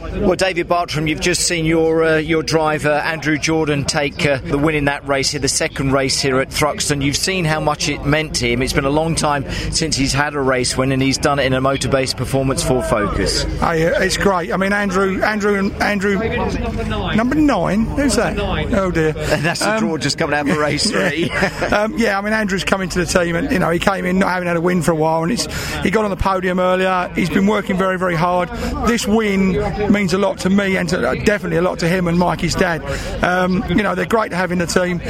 Well, David Bartram, you've just seen your uh, your driver Andrew Jordan take uh, the win in that race here, the second race here at Thruxton. You've seen how much it meant to him. It's been a long time since he's had a race win, and he's done it in a motor-based performance for Focus. Oh, yeah, it's great. I mean, Andrew, Andrew, and Andrew, number nine. Who's that? Oh dear. That's the Um, draw just coming out of race three. um, yeah, I mean Andrew's coming to the team, and you know he came in not having had a win for a while, and it's he got on the podium earlier. He's been working very, very hard. This win means a lot to me, and to, uh, definitely a lot to him and Mikey's dad. Um, you know they're great to have in the team.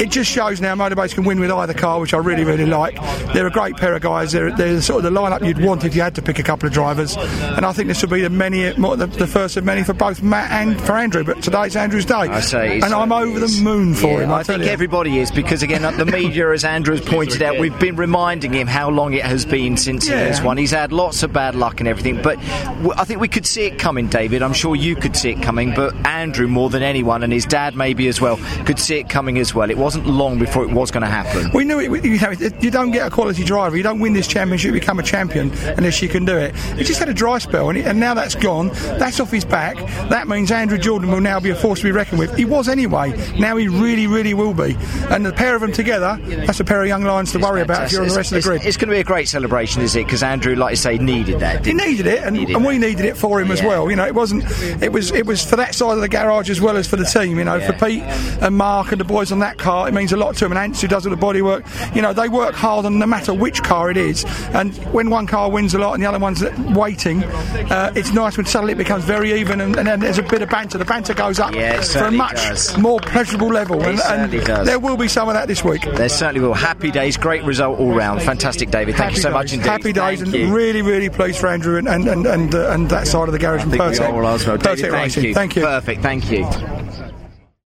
It just shows now motorbates can win with either car, which I really, really like. They're a great pair of guys. They're, they're sort of the lineup you'd want if you had to pick a couple of drivers, and I think this will be the many, more, the, the first of many for both Matt and for Andrew. But today's Andrew's day, I say, and I'm over the moon for Yeah, him. I, tell think you. everybody is because again, the media, as Andrew has pointed out, we've been reminding him how long it has been since he Yeah. has won. He's had lots of bad luck and everything, but w- I think we could see it coming, David. I'm sure you could see it coming, but Andrew more than anyone, and his dad maybe as well, could see it coming as well. It wasn't long before it was going to happen. We knew it. we- You, know, it- you don't get a quality driver. You don't win this championship, you become a champion unless you can do it. He just had a dry spell, and, he, and now that's gone. That's off his back. That means Andrew Jordan will now be a force to be reckoned with. He was anyway. Now he really, really will be. And the pair of them together, that's a pair of young lions to worry about if you're on the rest of the grid. It's, going to be a great celebration, is it? Because Andrew, like I say, needed that. He Didn't needed it, and, Needed and that. we needed it for him as Yeah. well. You know, it wasn't. It was. It was for that side of the garage as well as for the team. You know, for Pete and Mark and the boys on that car, it means a lot to him. And Ants who does all the body work. You know, they work hard, and no matter which car it is. And when one car wins a lot and the other one's waiting, uh, it's nice when suddenly it becomes very even, and, and then there's a bit of banter. The banter goes up Yeah, it for a certainly much does. more pleasurable level. and, and certainly does. there will be some of that this week. There certainly will. Happy days, great result all round. Fantastic, David. Thank Happy you so days. much indeed. Happy days, Thank and you. really, really pleased for Andrew and and and, and, uh, and that side of the garage I from think we Pertec. are all as well. David, Pertec thank Racing. you. Thank you. Perfect. Thank you.